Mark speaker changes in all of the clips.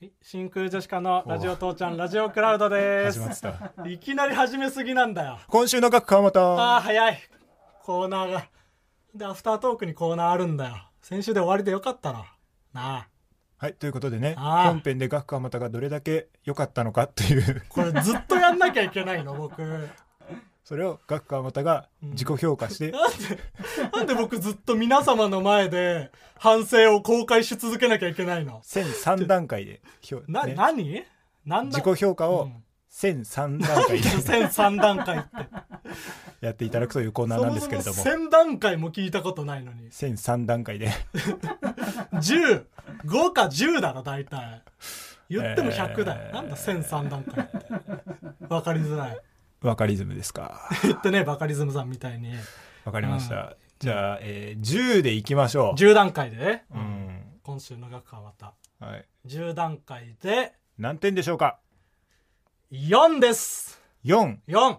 Speaker 1: はい真空ジェシカのラジオ父ちゃんラジオクラウドで
Speaker 2: 始
Speaker 1: す
Speaker 2: まってた。
Speaker 1: いきなり始めすぎなんだよ
Speaker 2: 今週の学科はま
Speaker 1: あ
Speaker 2: た。
Speaker 1: あ早いコーナーがでアフタートークにコーナーあるんだよ先週で終わりでよかったろなあ
Speaker 2: はい、ということでね、
Speaker 1: あー
Speaker 2: 本編で学科はまたがどれだけ良かったのかっていう、
Speaker 1: これずっとやんなきゃいけないの僕なんで
Speaker 2: それを学科はまたが自己評 価して、
Speaker 1: なんで僕ずっと皆様の前で反省を公開し続けなきゃいけないの
Speaker 2: 1003段階で評、
Speaker 1: な、
Speaker 2: ね、
Speaker 1: 何なんだ
Speaker 2: 自己評価
Speaker 1: う
Speaker 2: を
Speaker 1: ん
Speaker 2: 1003段階 で
Speaker 1: 1003段階って
Speaker 2: やっていただくというコー ナーなんですけれども
Speaker 1: そ、も1000段階も聞いたことないのに
Speaker 2: 1003段階で、
Speaker 1: 105か10だろ大体言っても100だよ、
Speaker 2: えー
Speaker 1: なんだ1003段階って分かりづらい
Speaker 2: わかりズムですか。
Speaker 1: 言ってねバカリズムさんみたいに
Speaker 2: わかりました。じゃあ、えー10でいきましょ
Speaker 1: 10段階でね
Speaker 2: う。うん。
Speaker 1: 今週の学科はまた
Speaker 2: はい。
Speaker 1: 10段階で
Speaker 2: 何点でしょうか
Speaker 1: 4です
Speaker 2: ?4。
Speaker 1: 4!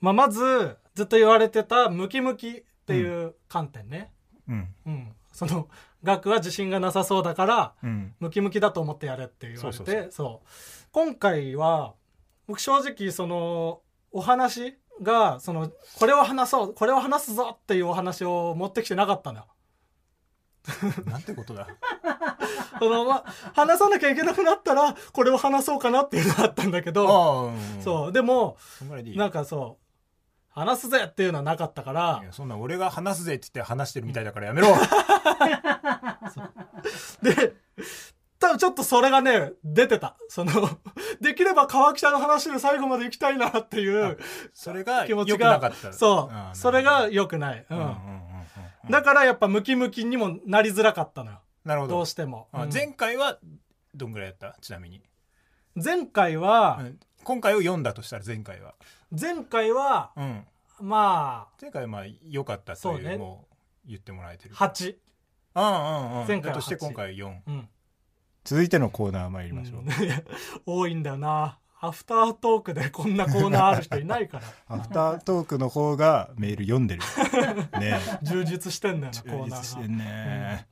Speaker 1: まあ、まずずっと言われてたムキムキっていう観点ね、
Speaker 2: うん。
Speaker 1: うんその学は自信がなさそうだから
Speaker 2: うん。
Speaker 1: ムキムキだと思ってやれって言われてそ
Speaker 2: そううそうそ
Speaker 1: 今回は僕正直そのお話がそのこれを話そうこれを話すぞっていうお話を持ってきてなかったのよ
Speaker 2: なんてことだ。
Speaker 1: そのまあ話さなきゃいけなくなったらこれを話そうかなっていうのがあったんだけど
Speaker 2: ああ、うん。
Speaker 1: そうでも
Speaker 2: そんぐらいでいい
Speaker 1: なんかそう話すぜっていうのはなかったから
Speaker 2: いやそんな俺が話すぜって言って話してるみたいだからやめろ
Speaker 1: で多分ちょっとそれがね出てたそのできれば川北の話で最後まで行きたいなっていう
Speaker 2: それが
Speaker 1: 気
Speaker 2: 良
Speaker 1: 持
Speaker 2: く
Speaker 1: ち
Speaker 2: なか
Speaker 1: が
Speaker 2: った
Speaker 1: そ
Speaker 2: あ
Speaker 1: う
Speaker 2: ー
Speaker 1: それ
Speaker 2: な
Speaker 1: が
Speaker 2: る
Speaker 1: 良くない、う
Speaker 2: ほ
Speaker 1: ん
Speaker 2: どうんうんうんうん
Speaker 1: だからやっぱムキムキにもなりづらかったのよ
Speaker 2: なるほ
Speaker 1: ど
Speaker 2: ど
Speaker 1: うしても、
Speaker 2: あ
Speaker 1: うん
Speaker 2: 前回はどんぐらいやったちなみに
Speaker 1: 前回は、
Speaker 2: うん今回を読んだとしたら前回は
Speaker 1: 前回は
Speaker 2: うん
Speaker 1: ま
Speaker 2: 前回はまあ良かったと
Speaker 1: そう
Speaker 2: い
Speaker 1: ね
Speaker 2: うもう言ってもらえて
Speaker 1: あ
Speaker 2: る
Speaker 1: 8
Speaker 2: うんうんうん
Speaker 1: 前回は
Speaker 2: だとして
Speaker 1: 八
Speaker 2: 今回4
Speaker 1: うん
Speaker 2: 続いてのコーナー参りましょう
Speaker 1: うんい や多いんだよなアフタートークで こんなコーナーある人いないから
Speaker 2: アフタートークの方がメール読んでる ね
Speaker 1: 充実してんだよなコーナ
Speaker 2: して
Speaker 1: ーが、
Speaker 2: んね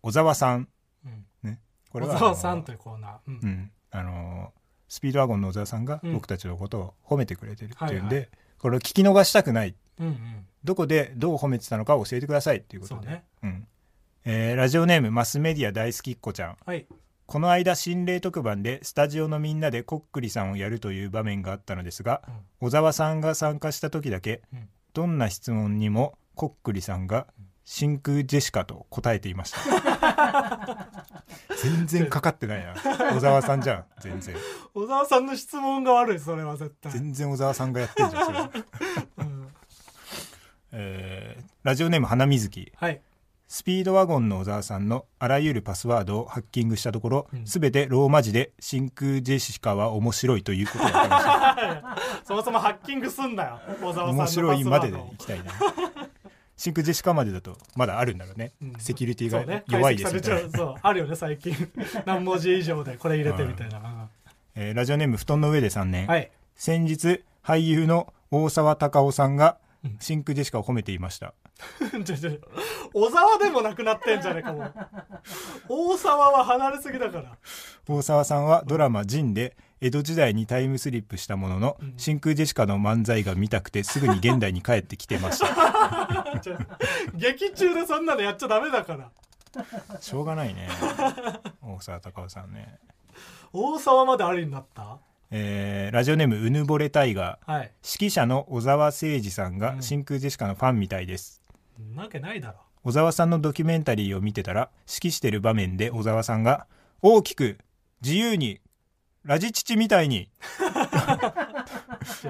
Speaker 2: 小沢さん
Speaker 1: うん、
Speaker 2: ねこ
Speaker 1: 小沢さんというコーナー、うん
Speaker 2: うん、あのースピードワゴンの小沢さんが
Speaker 1: うん
Speaker 2: 僕たちのことを褒めてくれてるっていうんで、
Speaker 1: はいは
Speaker 2: これを聞き逃したくない
Speaker 1: うんうん
Speaker 2: どこでどう褒めてたのか教えてくださいっていうことで
Speaker 1: そうね
Speaker 2: んえーラジオネームマスメディア大好きっ子ちゃん
Speaker 1: はい
Speaker 2: この間心霊特番でスタジオのみんなでこっくりさんをやるという場面があったのですが、
Speaker 1: うん
Speaker 2: 小沢さんが参加した時だけ、
Speaker 1: うん
Speaker 2: どんな質問にもこっくりさんが真空ジェシカと答えていました全然かかってないな小沢さんじゃん全然
Speaker 1: 小沢さんの質問が悪いそれは絶対、
Speaker 2: 全然小沢さんがやってるじゃ んそれ
Speaker 1: うん
Speaker 2: えーラジオネーム花水木
Speaker 1: はい
Speaker 2: スピードワゴンの小沢さんのあらゆるパスワードをハッキングしたところ、
Speaker 1: うん
Speaker 2: すべてローマ字で真空ジェシカは面白いということが分かりました
Speaker 1: そもそもハッキングすんなよ小沢さんの
Speaker 2: 面白いまでで
Speaker 1: パスワードを
Speaker 2: いきたいね真空ジェシカまでだとまだあるんだろうね、
Speaker 1: うん
Speaker 2: セキュリティ
Speaker 1: そ
Speaker 2: が
Speaker 1: うね
Speaker 2: 弱いです
Speaker 1: 解
Speaker 2: み
Speaker 1: 析さ
Speaker 2: たい
Speaker 1: れ
Speaker 2: な、
Speaker 1: ちゃうそうあるよね最 近何文字以上でこれ入れてみたいな、
Speaker 2: えーラジオネーム布団の上で3年、
Speaker 1: はい
Speaker 2: 先日俳優の大沢たかおさんが
Speaker 1: うん
Speaker 2: 真空ジェシカを褒めていました、
Speaker 1: ちょちょ小沢でもなくなってんじゃねえかもう大沢は離れすぎだから
Speaker 2: 大沢さんはドラマ「ジン」で江戸時代にタイムスリップしたものの、
Speaker 1: うん
Speaker 2: 真空ジェシカの漫才が見たくてすぐに現代に帰ってきてました
Speaker 1: ちょ劇中でそんなのやっちゃダメだから
Speaker 2: しょうがな いね大沢たかおさんね
Speaker 1: 大沢までありになった
Speaker 2: えーラジオネームうぬぼれタイガー
Speaker 1: はい
Speaker 2: 指揮者の小沢誠二さん
Speaker 1: う
Speaker 2: が
Speaker 1: ん
Speaker 2: 真空ジェシカのファンみたいです、
Speaker 1: なわけないだろ
Speaker 2: 小沢さんのドキュメンタリーを見てたら指揮してる場面で小沢さんが大きく自由にラジ父みたい に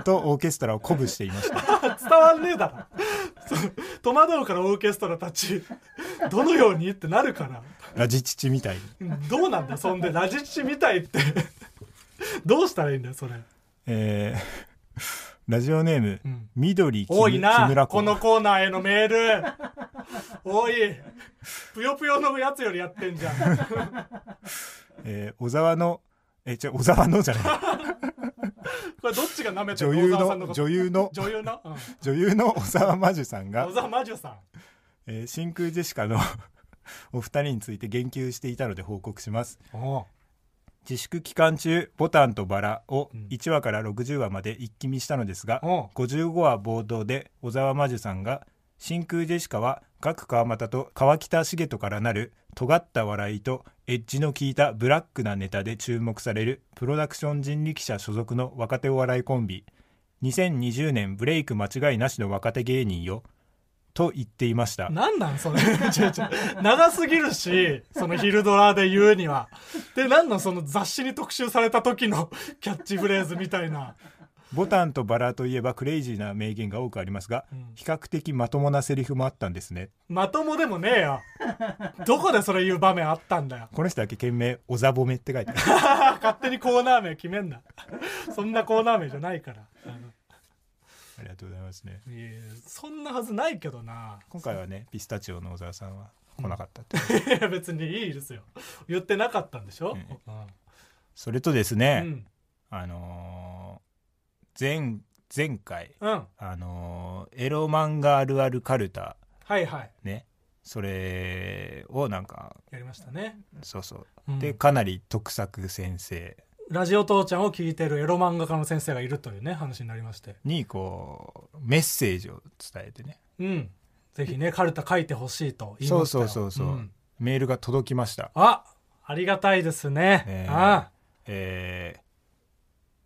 Speaker 2: とオーケストラを鼓舞していました
Speaker 1: 伝わんねえだろ そう戸惑うからオーケストラたちどのようにってなるから
Speaker 2: ラジ父みたいに
Speaker 1: どうなんだよそんでラジチみたいってどうしたらいいんだよそれ、
Speaker 2: えー ラジオネーム、
Speaker 1: うん
Speaker 2: 緑木
Speaker 1: 多い
Speaker 2: 木村
Speaker 1: な
Speaker 2: 子
Speaker 1: このコーナーへのメール 多いぷよぷよのやつよりやってんじゃん
Speaker 2: えー小沢のえじゃ小沢のじゃない
Speaker 1: これどっちが舐めてる
Speaker 2: 女優
Speaker 1: 小沢さんのこ
Speaker 2: の
Speaker 1: と
Speaker 2: 女優の
Speaker 1: 女優の、うん
Speaker 2: 女優の小沢真珠さんが
Speaker 1: 小沢魔女さん
Speaker 2: えー真空ジェシカの お二人について言及していたので報告します
Speaker 1: おう
Speaker 2: 自粛期間中「ボタンとバラ」を
Speaker 1: うん
Speaker 2: 1話から60話まで一気見したのですが、
Speaker 1: おう
Speaker 2: 55話冒頭で小沢真珠さんが真空ジェシカは各川又と川北茂人からなる尖った笑いとエッジの効いたブラックなネタで注目されるプロダクション人力車所属の若手お笑いコンビ2020年ブレイク間違いなしの若手芸人よと言っていました
Speaker 1: なんなんそ れちょちょ長すぎるしその昼ドラで言うにはでなんなんその雑誌に特集された時の キャッチフレーズみたいな
Speaker 2: ボタンとバラといえばクレイジーな名言が多くありますが、
Speaker 1: うん
Speaker 2: 比較的まともなセリフもあったんですね
Speaker 1: まともでもねえよどこでそれ言う場面あったんだよ
Speaker 2: この人だけ懸命「おざぼめ」って書いてある
Speaker 1: 勝手にコーナー名決めんなそんなコーナー名じゃないから
Speaker 2: ありがとうございますね
Speaker 1: いやそんなはずないけどな
Speaker 2: 今回はねピスタチオの小沢さんは来なかったっ て、
Speaker 1: いや別にいいですよ言ってなかったんでしょ、
Speaker 2: それとです
Speaker 1: う
Speaker 2: ね、
Speaker 1: ん
Speaker 2: あのー前前回
Speaker 1: うん、うん、
Speaker 2: あのーエロ漫画あるあるカルタ
Speaker 1: はいはい
Speaker 2: ねそれをなんか
Speaker 1: やりましたね、
Speaker 2: そうそう、
Speaker 1: うん
Speaker 2: でかなり得作先生
Speaker 1: ラジオ父ちゃんを聞いてるエロ漫画家の先生がいるというね話になりまして
Speaker 2: にこうメッセージを伝えてね
Speaker 1: うんぜひねカルタ書いてほしいと言い
Speaker 2: そ
Speaker 1: ま
Speaker 2: う
Speaker 1: したよ
Speaker 2: そうそうそう、
Speaker 1: ん
Speaker 2: メールが届きました
Speaker 1: あありがたいですね、
Speaker 2: えー
Speaker 1: あ
Speaker 2: えー、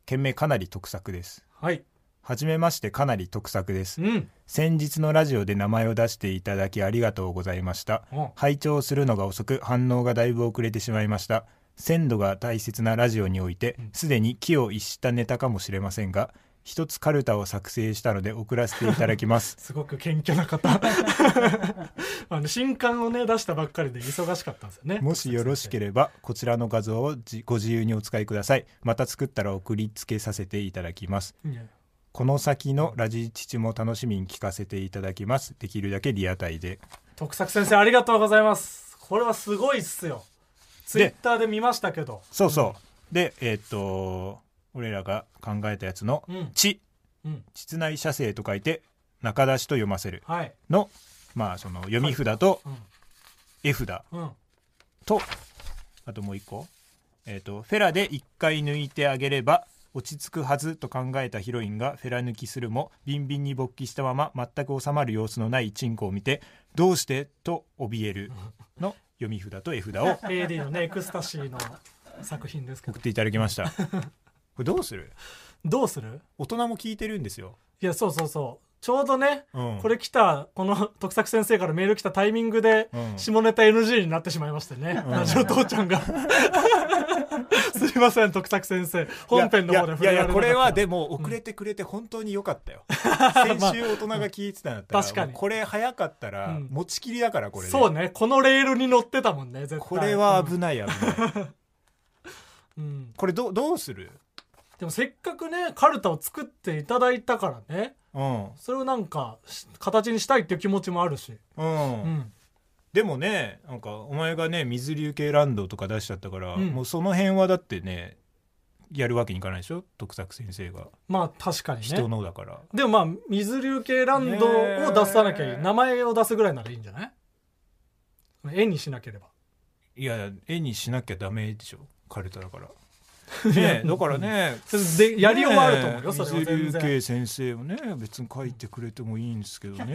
Speaker 2: 件名かなり得作です
Speaker 1: あはい
Speaker 2: はじめましてかなり得作です
Speaker 1: うん
Speaker 2: 先日のラジオで名前を出していただきありがとうございました
Speaker 1: お
Speaker 2: 拝聴するのが遅く反応がだいぶ遅れてしまいました鮮度が大切なラジオにおいて
Speaker 1: うん
Speaker 2: すでに気を逸したネタかもしれませんが一つカルタを作成したので送らせていただきま す
Speaker 1: すごく謙虚な 方あの新刊をね出したばっかりで忙しかったんですよね
Speaker 2: もしよろしけ
Speaker 1: れ
Speaker 2: ればこちらの画像をじご自由にお使いくださいまた作ったら送りつけさせていただきます
Speaker 1: ば
Speaker 2: この先のラジ父も楽しみに聞かせていただきますできるだけリアタイで
Speaker 1: 徳作先生ありがとうございますこれはすごいっすよツイッターで見ましたけど
Speaker 2: そうそう、でえーっと俺らが考えたやつの
Speaker 1: うん
Speaker 2: 「ち」
Speaker 1: うん
Speaker 2: 室内写生と書いて中出しと読ませる
Speaker 1: はい
Speaker 2: のまあその読み札と
Speaker 1: う
Speaker 2: 絵札
Speaker 1: んうん
Speaker 2: とあともう一個えっ、とフェラで一回抜いてあげれば落ち着くはずと考えたヒロインがフェラ抜きするもビンビンに勃起したまま全く収まる様子のないチンコを見てどうしてと怯えるの読み札と絵札を
Speaker 1: AD のねエクスタシーの作品ですけ
Speaker 2: 送
Speaker 1: ど
Speaker 2: っていただきましたこれどうする
Speaker 1: どうする
Speaker 2: 大人も聞いてるんですよ、
Speaker 1: いやそうそうそうちょうどね
Speaker 2: うん、
Speaker 1: これ来たこの徳作先生からメール来たタイミングで
Speaker 2: うん
Speaker 1: 下ネタ NG になってしまいましてね、
Speaker 2: うん
Speaker 1: ラジオ父ちゃ んがすいません徳作先生本編の方で触れられなかった
Speaker 2: いやいやいやこれはでも遅れてくれて本当に良かっ たよ、先週大人が聞いてたんだったら、
Speaker 1: 確かに
Speaker 2: もうこれ早かったら
Speaker 1: うん
Speaker 2: 持ちきりだからこれで、
Speaker 1: そうねこのレールに乗ってたもんね絶対
Speaker 2: これは危ない 危ない
Speaker 1: うんうん
Speaker 2: これどうどうする
Speaker 1: でもせっかくねカルタを作っていただいたからね
Speaker 2: うん
Speaker 1: それをなんかし形にしたいっていう気持ちもあるし、
Speaker 2: うん、
Speaker 1: うん、
Speaker 2: でもねなんかお前がね水流系ランドとか出しちゃったから、
Speaker 1: うん
Speaker 2: もうその辺はだってねやるわけにいかないでしょ徳作先生が
Speaker 1: まあ確かにね
Speaker 2: 人のだから、
Speaker 1: でもまあ水流系ランドを出さなきゃいい、
Speaker 2: ねえ
Speaker 1: 名前を出すぐらいならいいんじゃない絵にしなければ
Speaker 2: いや絵にしなきゃダメでしょカルタだから ねだからね
Speaker 1: それでやりようはあると思うよ、それ
Speaker 2: ね
Speaker 1: は全
Speaker 2: 水流
Speaker 1: 然
Speaker 2: 系先生もね別に書いてくれてもいいんですけど ね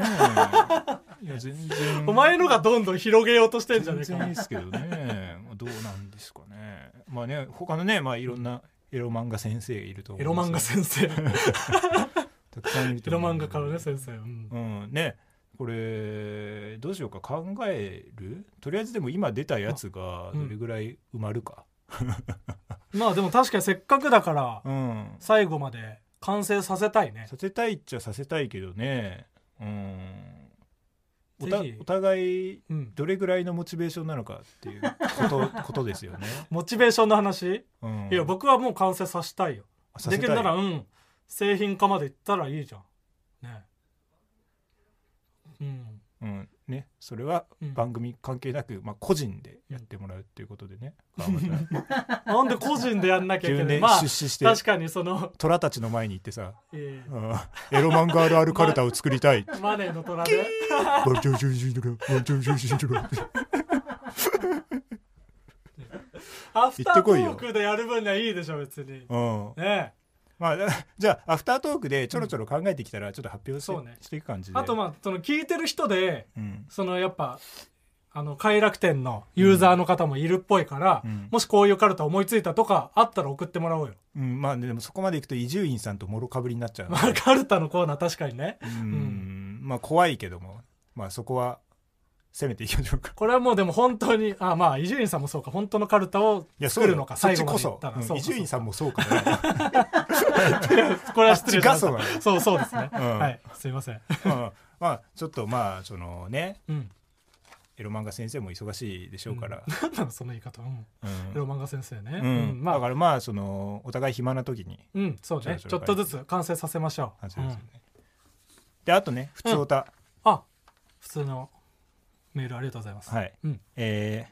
Speaker 2: いや全然
Speaker 1: お前のがどんどん広げようとしてんじゃ
Speaker 2: 全
Speaker 1: ねえ
Speaker 2: 然い
Speaker 1: か
Speaker 2: いですけどねまあどうなんですかねまあね他のねまあいろんなエロ漫画先生いると思
Speaker 1: エ
Speaker 2: い
Speaker 1: ロ
Speaker 2: ます
Speaker 1: 漫画先生エ
Speaker 2: たくさんいると
Speaker 1: ロ
Speaker 2: 思う
Speaker 1: 漫画家のね先生、うん
Speaker 2: うんねこれどうしようか考えるとりあえずでも今出たやつが
Speaker 1: うん
Speaker 2: どれぐらい埋まるか
Speaker 1: まあでも確かにせっかくだから
Speaker 2: うん
Speaker 1: 最後まで完成させたいね
Speaker 2: させたいっちゃさせたいけどねうんおた
Speaker 1: ぜひ
Speaker 2: お互い
Speaker 1: うん
Speaker 2: どれぐらいのモチベーションなのかっていうことことですよね、
Speaker 1: モチベーションの話、
Speaker 2: うん、
Speaker 1: いや僕はもう完成させたいよ
Speaker 2: さ
Speaker 1: で
Speaker 2: せ
Speaker 1: き
Speaker 2: たい
Speaker 1: るならうん製品化までいったらいいじゃんねうん
Speaker 2: うんね、それは
Speaker 1: うん
Speaker 2: 番組関係なく、まあ、個人でやってもらうっていうことでね、ま
Speaker 1: なんで個人でやんなき
Speaker 2: た
Speaker 1: ゃいけな
Speaker 2: 10
Speaker 1: い
Speaker 2: 年
Speaker 1: まあ
Speaker 2: 出資して、
Speaker 1: 確かにその、
Speaker 2: 虎たちの前に行ってさ
Speaker 1: え
Speaker 2: 「うんエロマンガあるあるカルタを作りたい」
Speaker 1: ーマネーの虎で
Speaker 2: バルチョウチョウチョウチョウチョウチョウチョウチョウ
Speaker 1: アフター
Speaker 2: 行って
Speaker 1: ト
Speaker 2: こい
Speaker 1: ー
Speaker 2: よ
Speaker 1: クでやる分にはいいでしょ別に
Speaker 2: うん
Speaker 1: ね
Speaker 2: まあ、じゃあアフタートークでちょろちょろ考えてきたらちょっと発表して,、
Speaker 1: そうね
Speaker 2: していく感じで
Speaker 1: あとまあその聞いてる人で
Speaker 2: うん
Speaker 1: そのやっぱあの快楽天のユーザーの方もいるっぽいから、
Speaker 2: うん
Speaker 1: もしこういうカルタ思いついたとかあったら送ってもらおうよ、
Speaker 2: うん、まあでもそこまでいくと伊集院さんともろかぶりになっちゃうの
Speaker 1: まあ、カルタのコーナー確かにね
Speaker 2: うん、まあ怖いけどもまあそこは攻めていきまし ょうか
Speaker 1: これはもうでも本当にあまあ伊集院さんもそうか本当のカルタを
Speaker 2: いや
Speaker 1: 作
Speaker 2: そうだ
Speaker 1: る
Speaker 2: よ
Speaker 1: のか
Speaker 2: そっ
Speaker 1: 最
Speaker 2: ち
Speaker 1: 後ま
Speaker 2: こ
Speaker 1: でいっ
Speaker 2: そ
Speaker 1: たら
Speaker 2: うん伊集院さん
Speaker 1: も
Speaker 2: もそうかな
Speaker 1: これは失礼しまし
Speaker 2: あっちがそうな
Speaker 1: たそうそうですね、
Speaker 2: うん
Speaker 1: はいすいません
Speaker 2: うんまあちょっとまあそのね
Speaker 1: うん
Speaker 2: エロ漫画先生も忙しいでしょうから、
Speaker 1: 何なのその言い方うん
Speaker 2: うん
Speaker 1: エロ漫画先生ね、
Speaker 2: うん
Speaker 1: うんま
Speaker 2: だ
Speaker 1: あ
Speaker 2: からまあそのお互い暇な時に
Speaker 1: うんそうねちょっとずつ完成させましょう
Speaker 2: 話せるんですよ
Speaker 1: うん
Speaker 2: ね、であとね普通おた、
Speaker 1: あ普通のメールありがとうございます
Speaker 2: はい、
Speaker 1: うん
Speaker 2: えー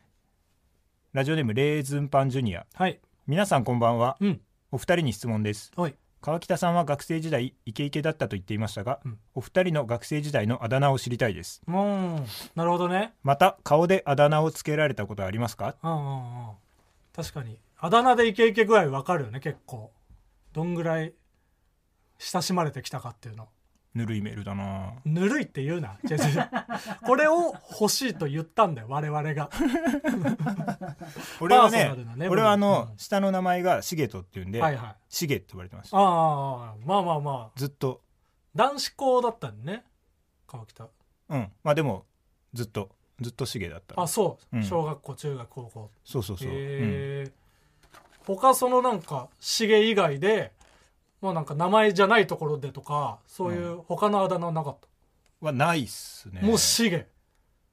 Speaker 2: ラジオネームレーズンパンジュニア
Speaker 1: はい
Speaker 2: 皆さんこんばんは
Speaker 1: うん
Speaker 2: お二人に質問です
Speaker 1: はい
Speaker 2: 川北さんは学生時代イケイケだったと言っていましたが、
Speaker 1: うん
Speaker 2: お二人の学生時代のあだ名を知りたいです
Speaker 1: もうなるほどね
Speaker 2: また顔であだ名をつけられたことはありますか
Speaker 1: うんうんうん確かにあだ名でイケイケ具合分かるよね結構どんぐらい親しまれてきたかっていうの
Speaker 2: ぬるいメールだな
Speaker 1: ぬるいって言うな 違う違うこれを欲しいと言ったんだよ我々が
Speaker 2: 俺は
Speaker 1: パーソ
Speaker 2: ね
Speaker 1: ナルなね
Speaker 2: 俺はあの、
Speaker 1: うん
Speaker 2: 下の名前がシゲトっていうんで、
Speaker 1: はいはい
Speaker 2: シゲって呼ばれてました
Speaker 1: ああまあまあまあ
Speaker 2: ずっと
Speaker 1: 男子校だったんね川北
Speaker 2: うんまあでもずっとずっとシゲだった
Speaker 1: あそう、
Speaker 2: うん
Speaker 1: 小学校中学高校
Speaker 2: そうそうそう、うん
Speaker 1: へえ他そのなんかしげ以外でまあなんか名前じゃないところでとかそういう他のあだ名なかった、
Speaker 2: はないっすね
Speaker 1: もうしげ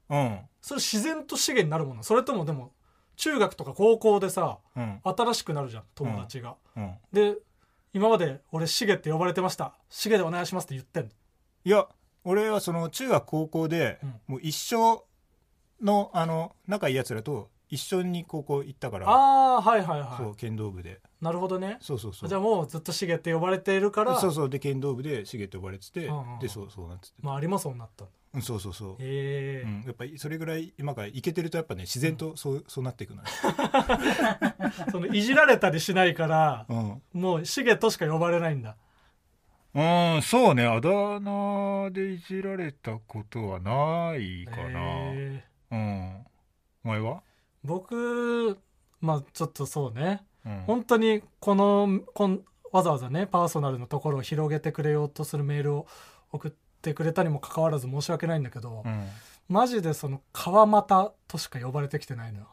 Speaker 2: うん
Speaker 1: それ自然としげになるものそれともでも中学とか高校でさ
Speaker 2: うん
Speaker 1: 新しくなるじゃん友達が、
Speaker 2: うん
Speaker 1: で今まで俺しげって呼ばれてましたしげでお願いしますって言ってんの
Speaker 2: いや俺はその中学高校で、
Speaker 1: うん
Speaker 2: もう一生のあの仲いいやつらと一緒に高校行ったから
Speaker 1: ああはいはい
Speaker 2: そ
Speaker 1: は
Speaker 2: う剣道部で
Speaker 1: いなるほどね
Speaker 2: そうそうそう
Speaker 1: じゃあもうずっとしげって呼ばれているから
Speaker 2: そうそうで剣道部でしげって呼ばれてて、
Speaker 1: うんうんうん
Speaker 2: でそうそうなんつって、
Speaker 1: まあありもそうなったんだ
Speaker 2: うん、そうそうそう、
Speaker 1: へえ
Speaker 2: うん、やっぱりそれぐらい今からいけてるとやっぱね自然とそう,、そうなっていくのよ、
Speaker 1: そのいじられたりしないから
Speaker 2: うん
Speaker 1: もうしげとしか呼ばれないんだ
Speaker 2: うんそうねあだ名でいじられたことはない
Speaker 1: へー
Speaker 2: うんお前は、
Speaker 1: 僕まあちょっとそうね
Speaker 2: うん
Speaker 1: 本当にこのこんわざわざねパーソナルのところを広げてくれようとするメールを送ってくれたにもかかわらず申し訳ないんだけど、
Speaker 2: うん
Speaker 1: マジでその川又としか呼ばれてきてないのよ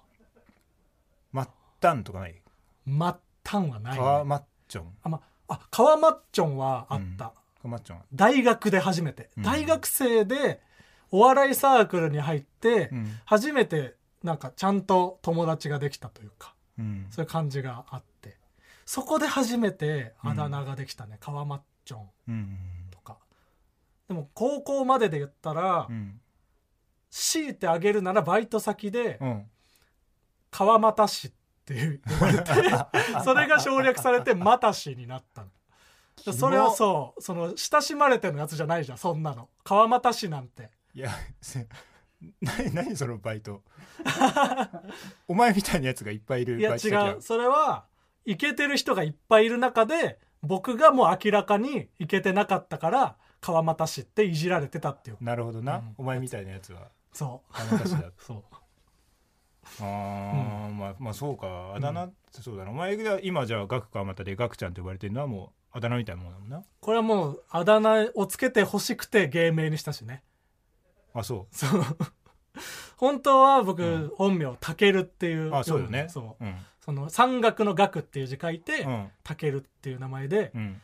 Speaker 2: まったんとかない
Speaker 1: 末端はない、ね、
Speaker 2: 川まっちょん
Speaker 1: あ,、まあ川マッチョンはあった、
Speaker 2: うん川まっちょん
Speaker 1: 大学で初めて、
Speaker 2: うん
Speaker 1: 大学生でお笑いサークルに入って、
Speaker 2: うん
Speaker 1: 初めてなんかちゃんと友達ができたというか
Speaker 2: うん
Speaker 1: そういう感じがあってそこで初めてあだ名ができたね、川マッチョン
Speaker 2: うん
Speaker 1: とかでも高校までで言ったら、
Speaker 2: うん
Speaker 1: 強いてあげるならバイト先で
Speaker 2: うん
Speaker 1: 川又市っていう呼ばれ てそれが省略されて又市になったの
Speaker 2: モ
Speaker 1: それはそうその親しまれてのやつじゃないじゃんそんなの川又市なんて
Speaker 2: いやせ何何そのバイトお前みたいなやつがいっぱいいる
Speaker 1: いや
Speaker 2: バイト
Speaker 1: 違
Speaker 2: 先だ
Speaker 1: うそれはイケてる人がいっぱいいる中で僕がもう明らかにイケてなかったから川又市っていじられてたっていう
Speaker 2: なるほどな、
Speaker 1: うん
Speaker 2: お前みたいな やつは
Speaker 1: そ
Speaker 2: あの歌詞だ
Speaker 1: うそう
Speaker 2: あー、まあまあそうかあだ名、そうだなお前が今じゃあガクかまたでガクちゃんって呼ばれてるのはもうあだ名みたいなもんだもんな
Speaker 1: これはもうあだ名をつけてほしくて芸名にしたしね
Speaker 2: あそ
Speaker 1: そう本当は僕、
Speaker 2: うん
Speaker 1: 本名たけるっていう
Speaker 2: うあそうよね
Speaker 1: そう
Speaker 2: うん
Speaker 1: その山岳の岳っていう字書いて、
Speaker 2: うん
Speaker 1: たけるっていう名前で
Speaker 2: う、ん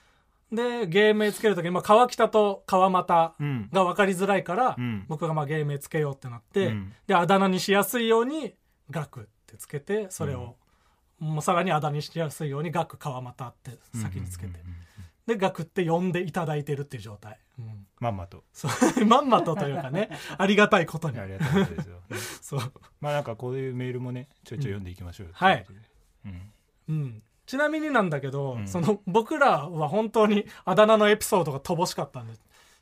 Speaker 1: で芸名つける時に、まあ、川北と川又
Speaker 2: うん
Speaker 1: が分かりづらいから、
Speaker 2: うん
Speaker 1: 僕がまあ芸名つけようってなって、
Speaker 2: うん
Speaker 1: であだ名にしやすいように「岳」ってつけてそれを、もうさらにあだ名にしやすいように「岳川又」って先につけて、
Speaker 2: うんうんうんうん
Speaker 1: で「岳」って呼んでいただいてるっていう状態、うん、
Speaker 2: まんまと
Speaker 1: そうまんまとというか ねありがたいこと
Speaker 2: い
Speaker 1: に
Speaker 2: やありがたいことですよね
Speaker 1: そう、
Speaker 2: まあなんかこういうメールもねちょいちょい読んでいきましょうよ、
Speaker 1: はい
Speaker 2: とうことでうん
Speaker 1: うん、ちなみになんだけど、
Speaker 2: うん
Speaker 1: その僕らは本当にあだ名のエピソードが乏しかったんで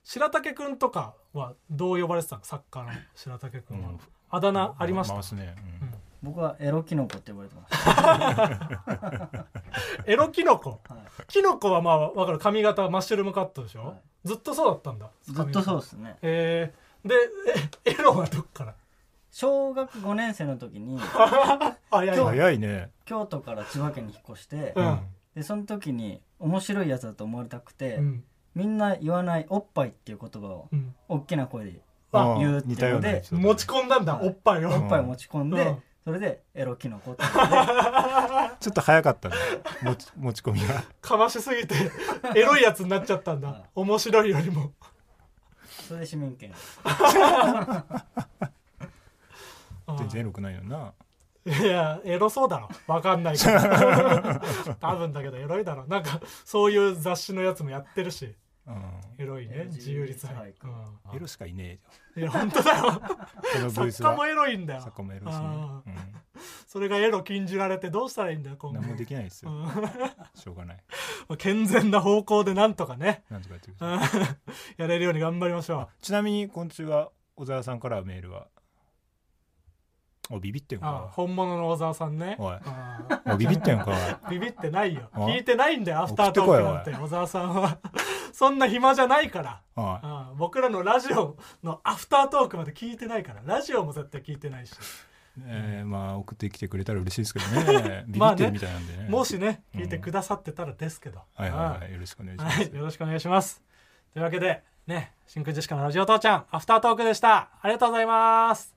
Speaker 1: 白竹くんとかはどう呼ばれてたのサッカーの白竹くんは、
Speaker 2: うん
Speaker 1: あだ名ありました、
Speaker 2: 回すね、うん
Speaker 1: うん
Speaker 3: 僕はエロキノコって呼ばれてます
Speaker 1: エロキノコ
Speaker 3: はい
Speaker 1: キノコはまあ分かる髪型マッシュルームカットでしょ、
Speaker 3: はい
Speaker 1: ずっとそうだったんだ
Speaker 3: ずっとそう
Speaker 1: う
Speaker 3: ですね
Speaker 1: えー、でえエロはどっから
Speaker 3: 小学5年生の 時に
Speaker 1: あいやいや
Speaker 2: 早いね
Speaker 3: 京都から千葉県に引っ越して、
Speaker 1: うん
Speaker 3: でその時に面白いやつだと思われたくて、
Speaker 1: うん
Speaker 3: みんな言わない「おっぱい」っていう言葉を
Speaker 1: うん
Speaker 3: 大きな声で
Speaker 1: あ
Speaker 2: うん
Speaker 3: 言うっていうの
Speaker 2: 似
Speaker 3: で
Speaker 2: たようなやつだ
Speaker 1: 持ち込んだんだおっぱいを、
Speaker 3: おっぱいを持ち込んで、
Speaker 1: うん
Speaker 3: それでエロキノコって言って
Speaker 2: ちょっと早かったね持ち持ち込み が
Speaker 1: かましすぎてエロいやつになっちゃったんだ、
Speaker 3: はい
Speaker 1: 面白いよりも
Speaker 3: それで市民権
Speaker 1: あ
Speaker 2: 全然エ
Speaker 1: ー
Speaker 2: ロくないよない
Speaker 1: やエロそうだろわかんないけど多分だけどエロいだろなんかそういう雑誌のやつもやってるし
Speaker 2: うん
Speaker 1: エロい
Speaker 3: エロ
Speaker 1: ね自
Speaker 3: 自
Speaker 1: 由
Speaker 3: 由
Speaker 1: 率
Speaker 3: 率
Speaker 1: 俳
Speaker 3: 俳
Speaker 1: 句
Speaker 3: 句、
Speaker 2: エロしかいね
Speaker 1: うん、いや本当だよ
Speaker 2: えよこのブース
Speaker 1: 作 家も
Speaker 2: は
Speaker 1: エロいんだよ
Speaker 2: 作家もエロしね
Speaker 1: あーそれがエロ禁じられてどうしたらいいんだよ
Speaker 2: う
Speaker 1: 今
Speaker 2: ん
Speaker 1: 後
Speaker 2: 何もできないです
Speaker 1: う
Speaker 2: よ
Speaker 1: ん
Speaker 2: しょうがない
Speaker 1: まあ健全な方向でなんとかね
Speaker 2: なんとかやってくだ
Speaker 1: う
Speaker 2: さい
Speaker 1: んやれるように頑張りましょう
Speaker 2: あちなみに今週は小沢さんからはメールはおビビってん
Speaker 1: あ
Speaker 2: か
Speaker 1: 本物の小沢さんね
Speaker 2: おい
Speaker 1: あ
Speaker 2: おいビビってんかおい
Speaker 1: ビビってないよ
Speaker 2: あ
Speaker 1: 聞いてないんだよアフタートークなんて小沢さんはそんな暇じゃないから
Speaker 2: おい
Speaker 1: あ僕らのラジオのアフタートークまで聞いてないからラジオも絶対聞いてないし
Speaker 2: えーまあ送ってきてくれたら嬉しいですけ どねビビってるみたいなんでね
Speaker 1: もしね
Speaker 2: うん
Speaker 1: 聞いてくださってたらですけど
Speaker 2: はいはいはいよろしくお願いしま
Speaker 1: は
Speaker 2: す
Speaker 1: い、よろしくお願いします。というわけで、ね、真空ジェシカのラジオ父ちゃん、アフタートークでした。ありがとうございます。